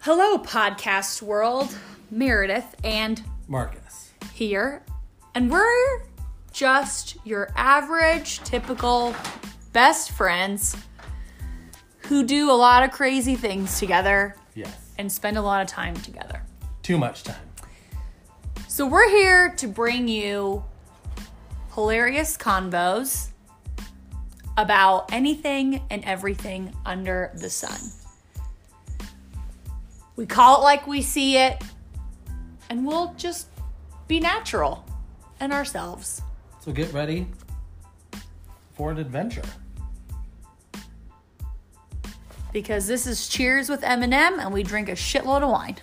Hello, podcast world. Meredith and Marcus. here. And we're just your average, typical best friends who do a lot of crazy things together Yes. and spend a lot of time together. Too much time. So we're here to bring you hilarious convos about anything and everything under the sun. We call it like we see it, and we'll just be natural and ourselves. So get ready for an adventure. Because this is Cheers with Eminem, and we drink a shitload of wine.